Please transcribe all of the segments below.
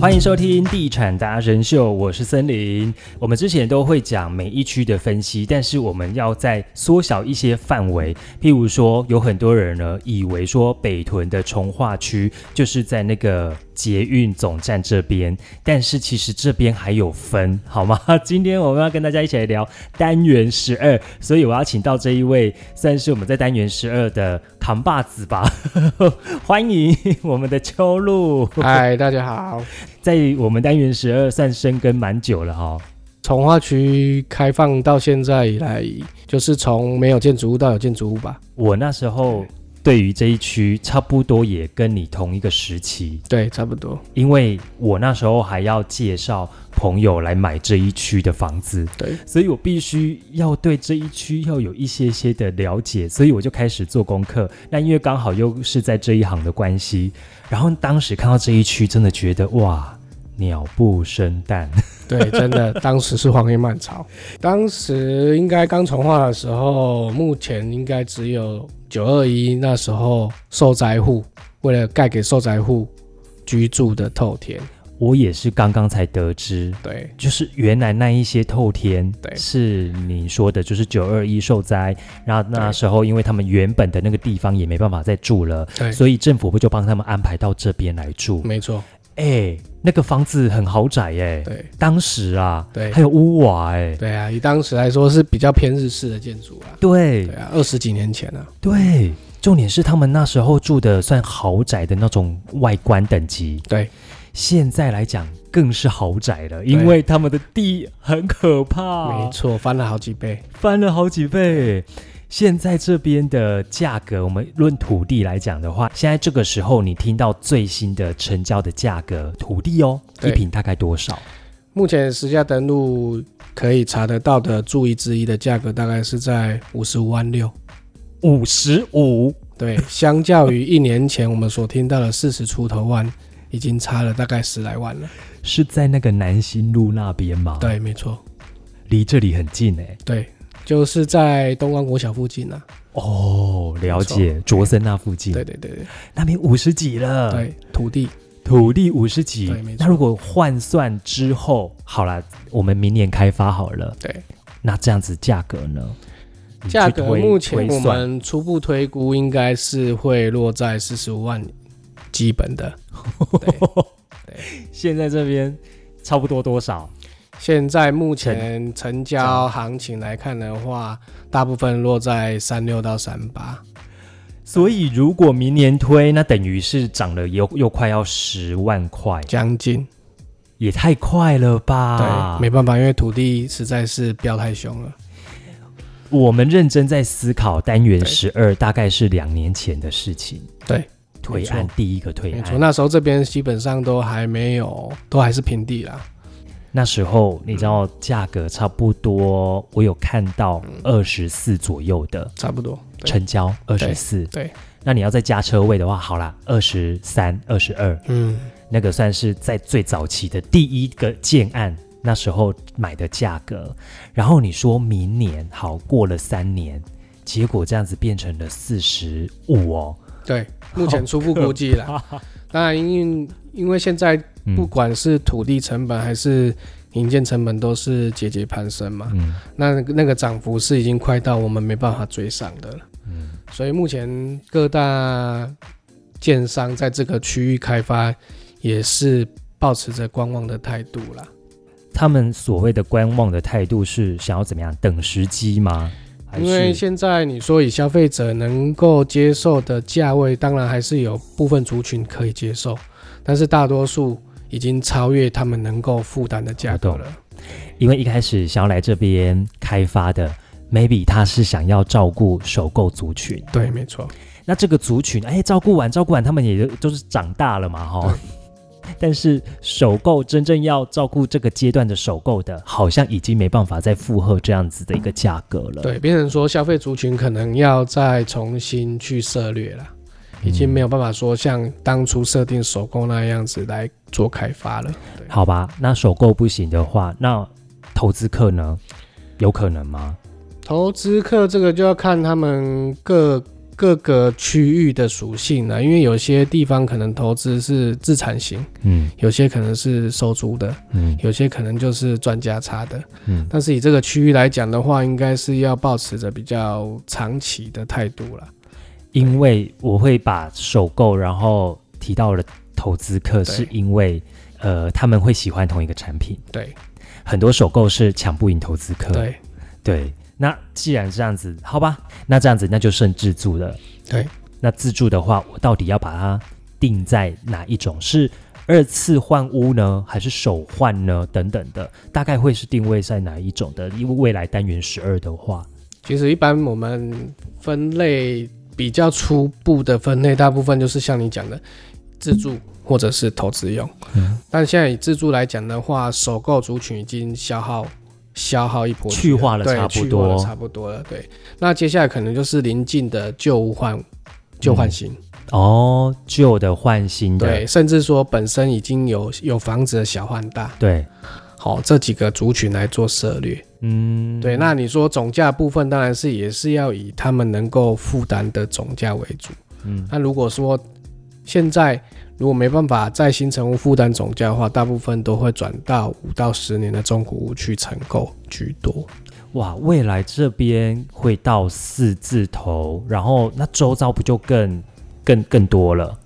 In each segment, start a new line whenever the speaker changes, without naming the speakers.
欢迎收听《地产达人秀》，我是森林。我们之前都会讲每一区的分析，但是我们要再缩小一些范围。譬如说，有很多人呢以为说北屯的从化区就是在那个捷运总站这边，但是其实这边还有分，好吗？今天我们要跟大家一起来聊单元十二，所以我要请到这一位算是我们在单元十二的扛把子吧，欢迎我们的秋露。
嗨，大家好。
在我们单元十二算深耕蛮久了哈、
从化区开放到现在以来，就是从没有建筑物到有建筑物吧？
我那时候对于这一区差不多也跟你同一个时期，
对，差不多。
因为我那时候还要介绍朋友来买这一区的房子，
对，
所以我必须要对这一区要有一些些的了解，所以我就开始做功课。那因为刚好又是在这一行的关系，然后当时看到这一区，真的觉得哇，鸟不生蛋。
对，真 的，当时是荒野漫潮。当时应该刚从化的时候，目前应该只有九二一那时候受灾户为了盖给受灾户居住的透天。
我也是刚刚才得知，
对，
就是原来那一些透天，
对
是你说的，就是九二一受灾，然后那
对
时候因为他们原本的那个地方也没办法再住了，
对，嗯
所以政府不就帮他们安排到这边来住？
没错，
哎、那个房子很豪宅哎、
对，
当时啊，
对
还有屋瓦哎、
对啊，以当时来说是比较偏日式的建筑啊。
对
对啊，二十几年前啊。
对，重点是他们那时候住的算豪宅的那种外观等级，
对，
现在来讲更是豪宅了，因
对
为他们的地很可怕，
没错，翻了好几倍。
翻了好几倍。现在这边的价格，我们论土地来讲的话，现在这个时候你听到最新的成交的价格，土地哦，一
对
平大概多少？
目前实价登录可以查得到的注意之一的价格大概是在五十五万六，
五十五，
对， 相较于一年前我们所听到的四十出头万，已经差了大概十来万了。
是在那个南新路那边吗？，
对，没错，
离这里很近哎、
对，就是在东光国小附近啊。
哦，了解，卓森那附近，
对对对对
那边五十几了，，
对，土地
土地五十几
对没。错
那如果换算之后，好啦，我们明年开发好了，
对
那这样子价格呢？你去
价格
推
目前
推
我
算
们初步推估应该是会落在四十五万基本的。
现在这边差不多多少？
现在目前成交行情来看的话，大部分落在三六到三八，
所以如果明年推，那等于是涨了又又快要十万块，
将近。
也太快了
对，
吧？
没办法，因为土地实在是飙太凶了。
我们认真在思考单元
对
十二，大概是两年前的事情。
对，
推
没
案
错
第一个推
没错，
案，
那时候这边基本上都还没有，都还是平地啦。
那时候你知道价格差不多，我有看到二十四左右的
差不多。对
成交，二十四。
对，
那你要再加车位的话，好啦，二十三、二十二，
嗯，
那个算是在最早期的第一个建案，那时候买的价格。然后你说明年好过了三年，结果这样子变成了四十五哦。
对，目前初步估 计啦。当然，因为因为现在
嗯
不管是土地成本还是营建成本都是节节攀升嘛，
嗯，
那那个涨幅是已经快到我们没办法追上的了。
嗯
所以目前各大建商在这个区域开发也是保持着观望的态度啦。
他们所谓的观望的态度是想要怎么样？等时机吗？还
因为
是
现在你说以消费者能够接受的价位，当然还是有部分族群可以接受，但是大多数已经超越他们能够负担的价格
我
了。
因为一开始想要来这边开发的，maybe 他是想要照顾首购族群。
对，没错，
那这个族群，哎，照顾完照顾完，他们也就就是长大了嘛，哈、 但是首购真正要照顾这个阶段的首购的，好像已经没办法再负荷这样子的一个价格了。，
对，变成说消费族群可能要再重新去涉略了，已经没有办法说像当初设定首购那样子来做开发了。
好吧，那首购不行的话，那投资客呢？有可能吗？
投资客这个就要看他们各各个区域的属性呢，因为有些地方可能投资是自产型，
嗯
有些可能是收租的，
嗯
有些可能就是赚价差的。
嗯
但是以这个区域来讲的话，应该是要保持着比较长期的态度了。
因为我会把首购，然后提到了投资客，
对
是因为呃他们会喜欢同一个产品，
对
很多首购是抢不赢投资客，
对
对。那既然这样子，好吧，那这样子那就剩自助了。
对，
那自助的话，我到底要把它定在哪一种？是二次换屋呢，还是首换呢？等等的，大概会是定位在哪一种的？因为未来单元十二的话，
其实一般我们分类比较初步的分类，大部分就是像你讲的自住或者是投资用。
嗯
但现在以自住来讲的话，首购族群已经消耗消耗一波
去化了
对
差不
去化了
多
差不多了。对，那接下来可能就是临近的旧屋换旧换新，
哦，旧的换新的，
对，甚至说本身已经有有房子的小换大，
对，
好这几个族群来做涉略。
嗯，
对，那你说总价部分，当然是也是要以他们能够负担的总价为主。
嗯
那如果说现在如果没办法在新成屋负担总价的话，大部分都会转到五到十年的中古屋去承购居多。
哇，未来这边会到四字头，然后那周遭不就更更更多了？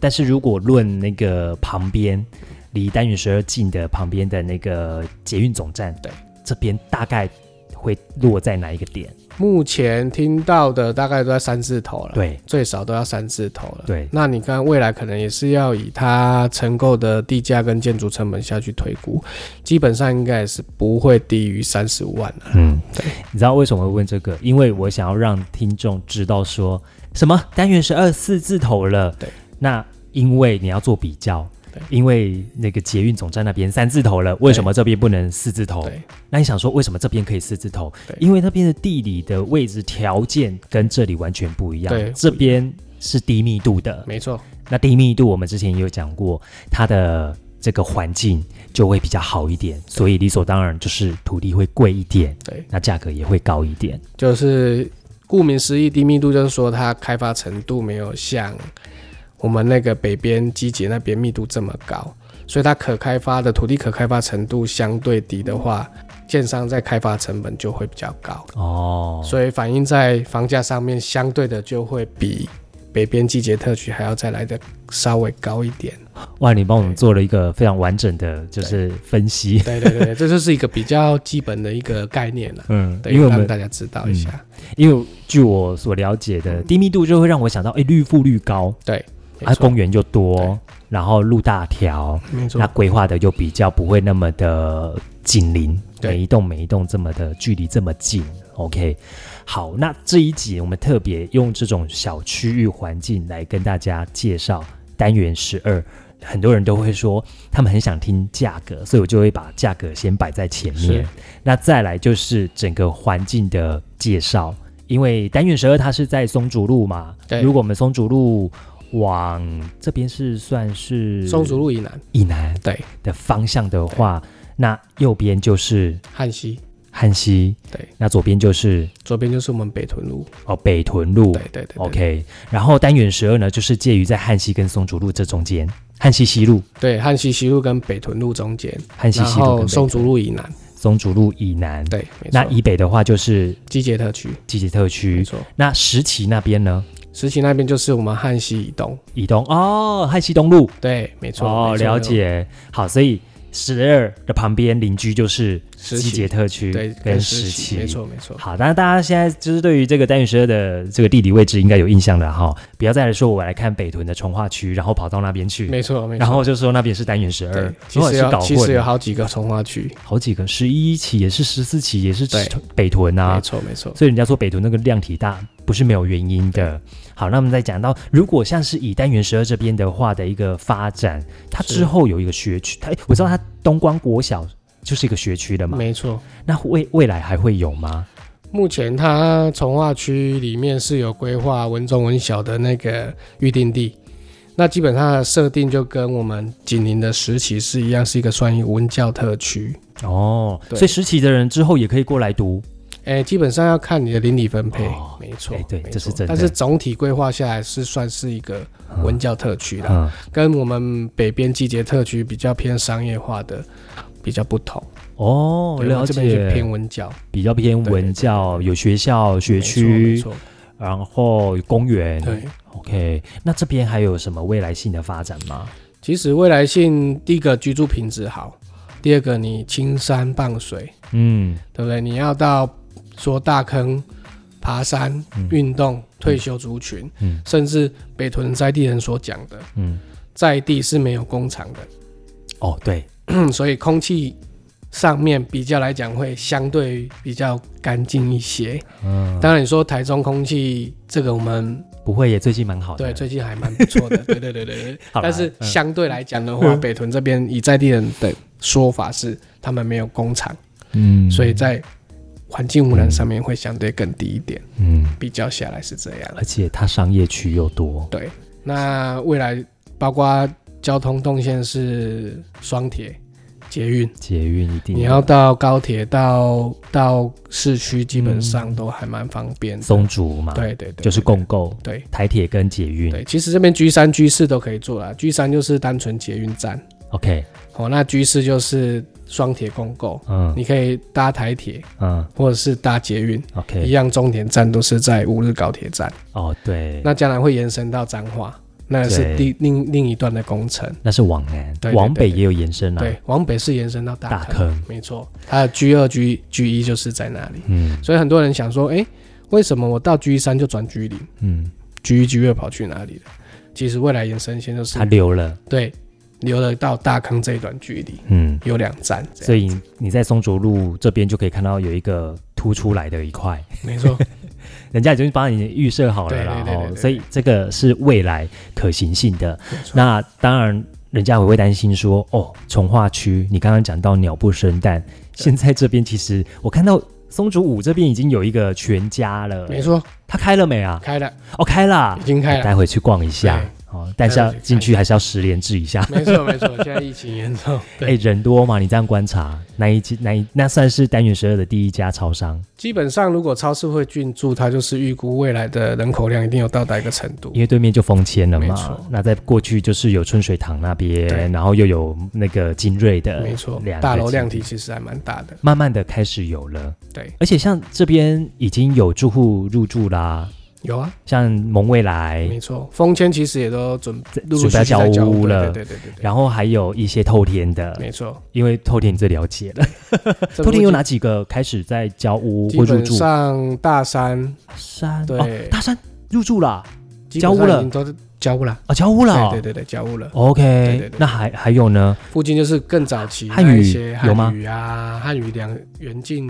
但是如果论那个旁边离单元十二近的旁边的那个捷运总站，
对，
这边大概会落在哪一个点？
目前听到的大概都在三字头了，，
对
最少都要三字头了。
对，
那你看未来可能也是要以它承购的地价跟建筑成本下去推估，基本上应该也是不会低于三十五万的。
嗯，
对，
你知道为什么会问这个？因为我想要让听众知道说什么单元十二四字头了。
对，
那因为你要做比较
对，
因为那个捷运总站那边三字头了，为什么这边不能四字头？
对，
那你想说为什么这边可以四字头
对？
因为那边的地理的位置条件跟这里完全不一样。
对
这边是低密度的，
没错，
那低密度我们之前也有讲过，它的这个环境就会比较好一点，所以理所当然就是土地会贵一点。
对。
那价格也会高一点。
就是顾名思义，低密度就是说它开发程度没有像我们那个北边基捷那边密度这么高，所以它可开发的土地可开发程度相对低的话，建商在开发成本就会比较高，
哦，
所以反映在房价上面相对的就会比北边基捷特区还要再来的稍微高一点。
哇，你帮我们做了一个非常完整的就是分析，
对对对，这就是一个比较基本的一个概念了。
嗯，
对，
因为我
让
们
大家知道一下，
因为据我所了解的，低密度就会让我想到，哎，绿富率高，
没
啊，
错，
公园就多
对，
然后路大条，
没错
那，规划的就比较不会那么的紧邻，
对
每一栋每一栋这么的距离这么近。OK，好，那这一集我们特别用这种小区域环境来跟大家介绍单元十二。很多人都会说他们很想听价格，所以我就会把价格先摆在前面
是。
那再来就是整个环境的介绍，因为单元十二它是在松竹路嘛。
对
如果我们松竹路往这边是算是
松竹路以南，
以南
对，
的方向的话，那右边就是
汉西。
汉西，
对，
那左边就是
左边就是我们北屯路。
哦北屯路
对对对对
o k 然后单元十二呢，就是介于在汉西跟松竹路这中间，汉西西路、
对汉西西路跟北屯路中间，
汉西
然
西路
后
跟
松
松
竹路以南。
松竹路以南，
对，没
那
错。
以嗯北的话就是
基捷特区，
集结特
没
区，
错。
那石岐那边呢，
石岐那边就是我们汉西以东。
以东哦汉西东路，
对，没错。
哦
没错
了。解，好，所以十二的旁边邻居就是
石
集结
岐
特区
对
嗯跟
石
石
岐，
岐，
没错没错。
好，当然大家现在就是对于这个单元十二的这个地理位置应该有印象了哈，不要再来说我来看北屯的从化区，然后跑到那边去，
没错没错。
然后就说那边是单元十
对
二，，
其
或者
实
是搞
有其实
混
有
了，
好几个从化区。
好几个十一期也是十四期也是
对
北屯啊
没，错没错。
所以人家说北屯那个量体大不是没有原因的。好，那我们再讲到，如果像是以单元十二这边的话的一个发展，它
是
之后有一个学区，它我知道它东光国小就是一个学区了嘛，
没错。
那未未来还会有吗？
目前它从化区里面是有规划文中文小的那个预定地，那基本上它的设定就跟我们紧邻的石岐是一样，是一个算一个文教特区。
哦，
对
所以实习的人之后也可以过来读。
哎，基本上要看你的邻里分配，
哦
没错
哎，对
没
这是
错
真的
但是总体规划下来是算是一个文教特区啦，
嗯，
跟我们北边季节特区比较偏商业化的比较不同。
哦，
对我
了
们这边是
解，
偏文教
比较偏
对对
文教，有学校、学
没错没
区，哎
错，
然后有公园。
对。
OK，那这边还有什么未来性的发展吗？
其实未来性，第一个居住品质好，第二个你青山傍水，
嗯，
对不对？你要到说大坑、爬山、
嗯
运动、退休族群，
嗯
甚至北屯在地人所讲的，
嗯，
在地是没有工厂
哦，对，
的， 所以空气上面比较来讲会相对比较干净一些。
嗯，
当然，你说台中空气这个我们
不会也最近蛮好的。
对，最近还蛮不 错的，对对对对对。
好啦
但是
嗯
相对来讲的话，北屯这边以在地人的说法是，他们没有工厂，
嗯
所以在环境污染上面会相对更低一点。
嗯，
比较下来是这样
而且它商业区又多，
对，那未来包括交通动线是双铁、捷运，
捷运一定
你要到高铁到到市区，基本上都还蛮方便的。
嗯松竹嘛，，
对对对，
就是嗯
对
共购
对
台铁跟捷运。
对，其实这边 G 三、G 四都可以做啦。G 三就是单纯捷运站。
OK，
哦，那居士就是双铁共构，
嗯
你可以搭台铁
嗯
或者是搭捷运，一
，OK，
样终点站都是在五日高铁站。
哦，对，
那将来会延伸到彰化，那是
对
第另另一段的工程。
那是往南
对，对
往北
对对
也有延伸啊。
对，往北是延伸到大
大
坑，
坑
没错。它的 G 二、G G 一就是在那里，
嗯
所以很多人想说，哎、为什么我到 G 三就转 G 零
嗯，
，G 一、G 二跑去哪里了？其实未来延伸线就是
它留了，
对，留了到大坑这一段距离
嗯，
有两站，这样
所以你在松竹路这边就可以看到有一个凸出来的一 块，
没错，
人家已经帮你预设好了啦，
对对对对
哦
对对
所以这个是未来可行性的
没。错
那当然，人家也会担心说，哦，从化区，你刚刚讲到鸟不生蛋，现在这边其实我看到松竹五这边已经有一个全家了，
没，错，
它开了没啊？
开了，
哦，开啦
已，经开了。
待会去逛一下哦，但是要
待会去看一下
进去还是要十连制一下。
没错没错，现在疫情 严重，
哎、
对，
人多嘛？你这样观察，那一家那一那算是单元十二的第一家超商，
基本上如果超市会进驻，它就是预估未来的人口量一定有到达一个程度
因。为对面就封签了
没
嘛
错。
那在过去就是有春水堂那
对
边，然后又有那个精锐的，
没错
呃两，个
大楼
基
量
地
体其实还蛮大的。
慢慢的开始有了。
对，
而且像这边已经有住户入住啦，
有啊，
像蒙未来，
没错，封签其实也都准
在
陆陆
准备
续
要
续
交
在交
屋
屋
了
对对对对对，
然后还有一些透天的，
没错。
因为透天你最了解了。
这
透
附
天有
近
哪几个开始在交屋
基
或入
本
住？
上大山
山哦
对，
大山入住啦，
基
交屋
本上
了
已经都是交屋了，
啊，交屋了哦。
对对对对，交屋了。
OK，
对对对
那还还有呢？
附近就是更早期
汉
那一
语
些
有吗
汉语啊，汉语两远近、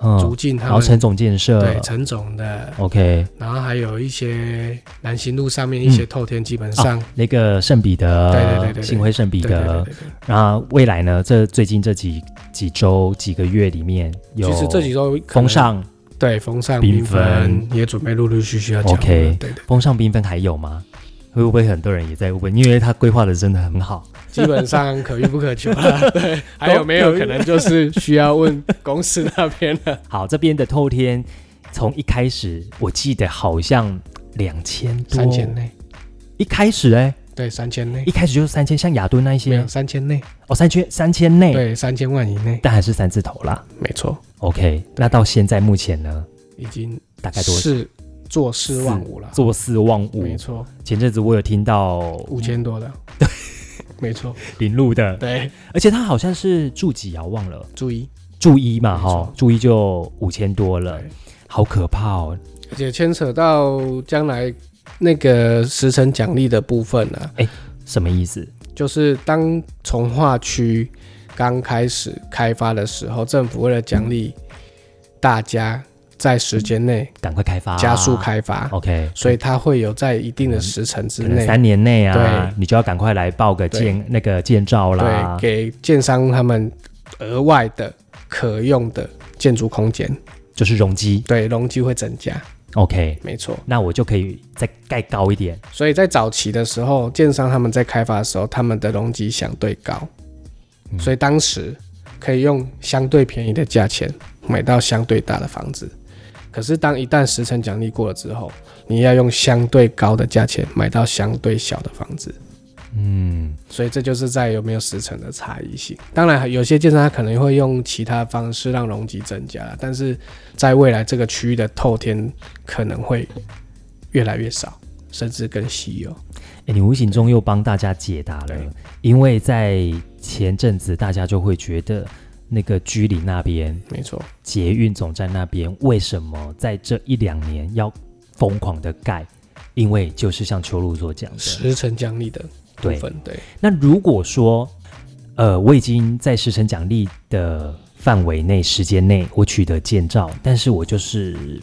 嗯
竹，近他
然后
们
陈总建设
对陈总的
OK，
然后还有一些南行路上面一些透天，基本上、
那个圣彼得，
对对对对对
新辉圣彼
对对对
哦得
对。对，
那未来呢？这最近这几几周、几个月里面有，
其实这几周可
风
能
尚
对风尚
缤
缤
纷
纷也准备陆陆续续要讲了
OK
对对，
风尚缤纷还有吗？会不会很多人也在问？因为他规划的真的很好，
基本上可遇不可 求了。对，还有没有可能就是需要问公司那边了？
好，这边的透天从一开始我记得好像两千多，
三千内，
一开始哎、
对三千内
一，开始就是三千，像雅顿那一
没
些
有三千内，
哦，三千三千内，
对三千万以内，
但还是三字头啦。
没错，
OK，那到现在目前呢，
已经
大概多少？
是做四万五了，
做四望五，
没错，
前阵子我有听到
五千多了，没错，
林路的，
对，
而且他好像是住几啊，忘了
注意，
住一嘛
没
哈，
错
齁住一就五千多了
对，
好可怕哦！
而且牵扯到将来那个时程奖励的部分啊，
什么意思？
就是当从化区刚开始开发的时候，政府为了奖励大家在时间内
赶快开发，啊
加速开发，
，OK，
所以它会有在一定的时程之
可能
内，
三年内啊
对，
你就要赶快来报个
对
建那个建照啦
对，，给建商他们额外的可用的建筑空间，
就是容积
对，容积会增加，
，OK，
没错。
那我就可以再盖高一点，
所以在早期的时候，建商他们在开发的时候，他们的容积相对高，
嗯
所以当时可以用相对便宜的价钱买到相对大的房子。可是当一旦时程奖励过了之后，你要用相对高的价钱买到相对小的房子。
嗯，
所以这就是在有没有时程的差异性。当然，有些建商他可能会用其他方式让容积增加，但是在未来这个区域的透天可能会越来越少，甚至更稀有。
诶你无形中又帮大家解答了
对，
因为在前阵子大家就会觉得那个居里那边
没错，
捷运总站那边为什么在这一两年要疯狂的盖？因为就是像秋露所讲的，
时程奖励的部
对
分，对，
那如果说，呃，我已经在时辰奖励的范围内、时间内，我取得建照，但是我就是嘖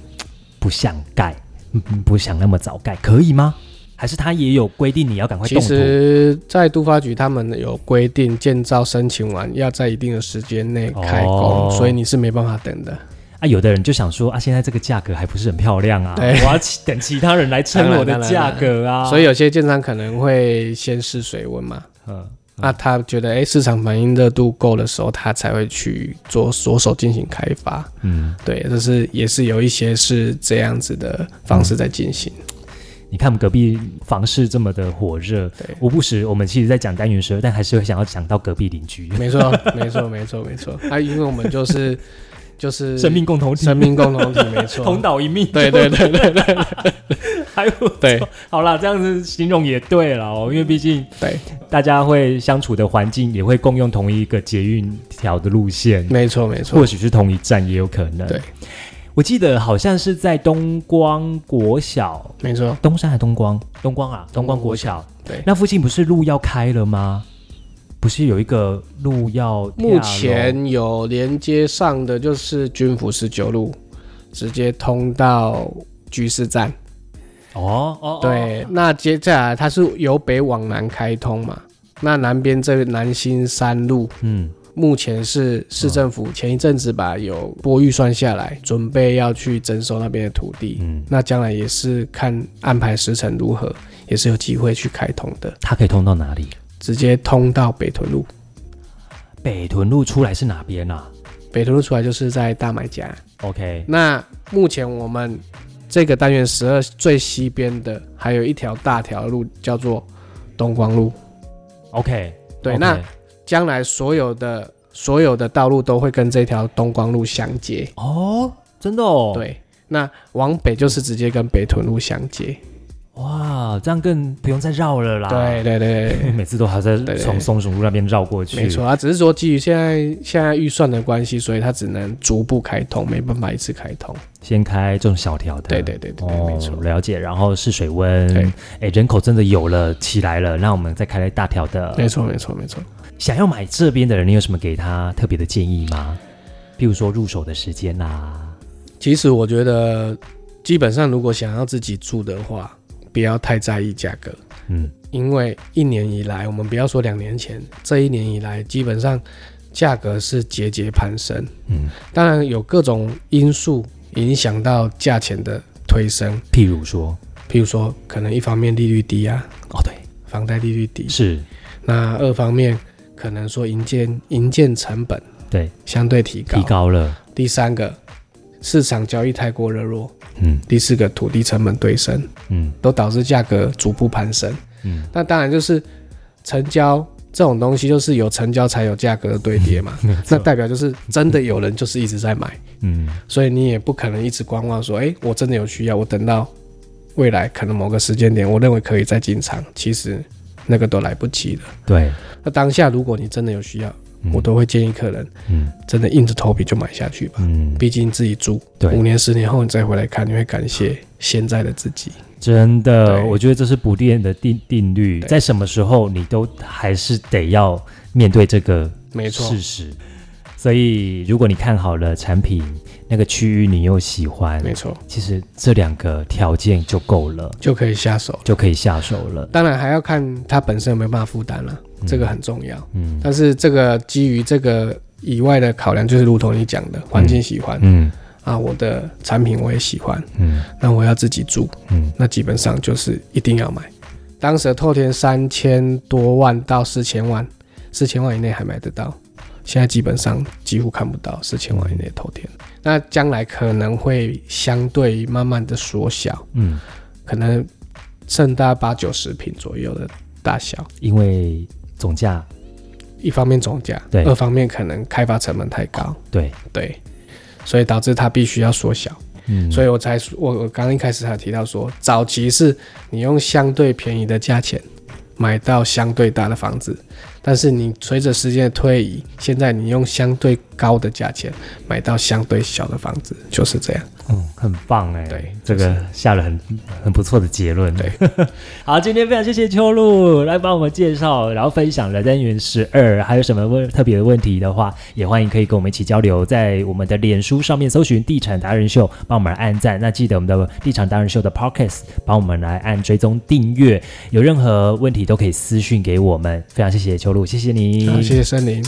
不想盖，嗯不想那么早盖，可以吗？还是他也有规定你要赶快
其
动土？
实，在都发局他们有规定，建造申请完要在一定的时间内开工，
哦
所以你是没办法等的。
啊，有的人就想说啊，现在这个价格还不是很漂亮啊，
对
我要其等其他人来撑我的
当然当然
价格啊。
所以，有些建商可能会先试水温嘛，
嗯，
那他觉得哎、诶市场反应热度够的时候，他才会去做着手进行开发。
嗯，
对，这是也是有一些是这样子的方式在进行。
嗯你看我们隔壁房市这么的火热
对，
我不时我们其实在讲单元十二，但还是会想要讲到隔壁邻居，
没错，没错，没错，没错。啊，因为我们就是 就是
生命共 同体，
生命共同体，没错，
同岛一命，
对 对对对对
还不错
对。
好啦，这样子形容也对了哦，因为毕竟
对，
大家会相处的环境也会共用同一个捷运条的路线，
没错没错
或。许是同一站也有可能。
对，
我记得好像是在东光国小。
没错，
东山还东光，东光啊，东光国小，
对
那附近不是路要开了吗？不是有一个路要跳楼？
目前有连接上的就是军府十九路，直接通到居士站。
哦哦，哦
对，那接下来它是由北往南开通嘛？那南边这个南新山路，
嗯，
目前是市政府前一阵子吧有拨预算下来，准备要去征收那边的土地。
嗯
那将来也是看安排时程如何，也是有机会去开通的，
它可以通到哪里？
直接通到北屯路。
北屯路出来是哪边啊
北屯路出来就是在大买家。
？OK，
那目前我们这个单元十二最西边的还有一条大条路叫做东光路。
OK，
对
OK
那将来所有的所有的道路都会跟这条东光路相接。
哦，真的哦，，
对，那往北就是直接跟北屯路相接。
哇，这样更不用再绕了啦。，
对对对对
因为 每次都还在
对对
从松鼠路那边绕过去。
没错，啊，只是说基于现在现在预算的关系，所以它只能逐步开通，没办法一次开通。
先开这种小条的。
对对对对对，
哦
没错，
了解。然后试水
对
温，哎，人口真的有了起来了，那我们再开来大条的。
没错没错没错。
想要买这边的人，你有什么给他特别的建议吗？譬如说入手的时间啊啦，
其实我觉得，基本上如果想要自己住的话，不要太在意价格，
嗯，
因为一年以来，我们不要说两年前，这一年以来，基本上价格是节节攀升。
嗯，
当然有各种因素影响到价钱的推升，
譬如说，
譬如说，可能一方面利率低啊，
哦对，
房贷利率低；
是，
那二方面可能说营建营建成本
对，
相对提高；
提高了，
第三个市场交易太过热络；
嗯
第四个土地成本对升。
嗯
都导致价格逐步攀升。
嗯，
那当然就是成交这种东西，就是有成交才有价格的堆叠嘛。
没
那
错，
代表就是真的有人就是一直在买，
嗯
所以你也不可能一直观望说，哎、我真的有需要，我等到未来可能某个时间点，我认为可以再进场，其实那个都来不及了。
对，
那当下如果你真的有需要，
嗯
我都会建议客人
嗯
真的硬着头皮就买下去吧。
嗯，
毕竟自己住，
对
五年十年后你再回来看，你会感谢现在的自己。
真的，
对
我觉得这是不变的定定律，
对
在什么时候你都还是得要面对这个
没错
事，实。所以，如果你看好了产品，那个区域你又喜欢，
没错，
其实这两个条件就够了，
就可以下手了。
就可以下手了。
当然还要看他本身有没有办法负担了，
嗯
这个很重要。
嗯
但是这个基于这个以外的考量，就是如同你讲的，环境喜欢、
嗯
啊，我的产品我也喜欢，
嗯
那我要自己住，
嗯，
那基本上就是一定要买。当时的透天三千多万到四千万，四千万以内还买得到，现在基本上几乎看不到四千万以内的透天。那将来可能会相对慢慢的缩小，
嗯，
可能剩大概八九十平左右的大小。
因为总价
一方面总价，
对
二方面可能开发成本太高，
对，
对，所以导致它必须要缩小。
嗯，
所
以
以我才说我我刚一开始还提到说，早期是你用相对便宜的价钱买到相对大的房子，但是你随着时间的推移，现在你用相对高的价钱买到相对小的房子，就是这样。
嗯，很棒哎，
对
这
就
个下了很很不错的结论。对， 好，今天非常谢谢秋露来帮我们介绍，然后分享了单元十二，还有什么问特别的问题的话，也欢迎可以跟我们一起交流，在我们的脸书上面搜寻“地产达人秀”，帮我们来按赞。那记得我们的“地产达人秀”的 Podcast，帮我们来按追踪订啊阅。有任何问题都可以私讯给我们。非常谢谢秋露，谢谢你，
好，谢谢森林。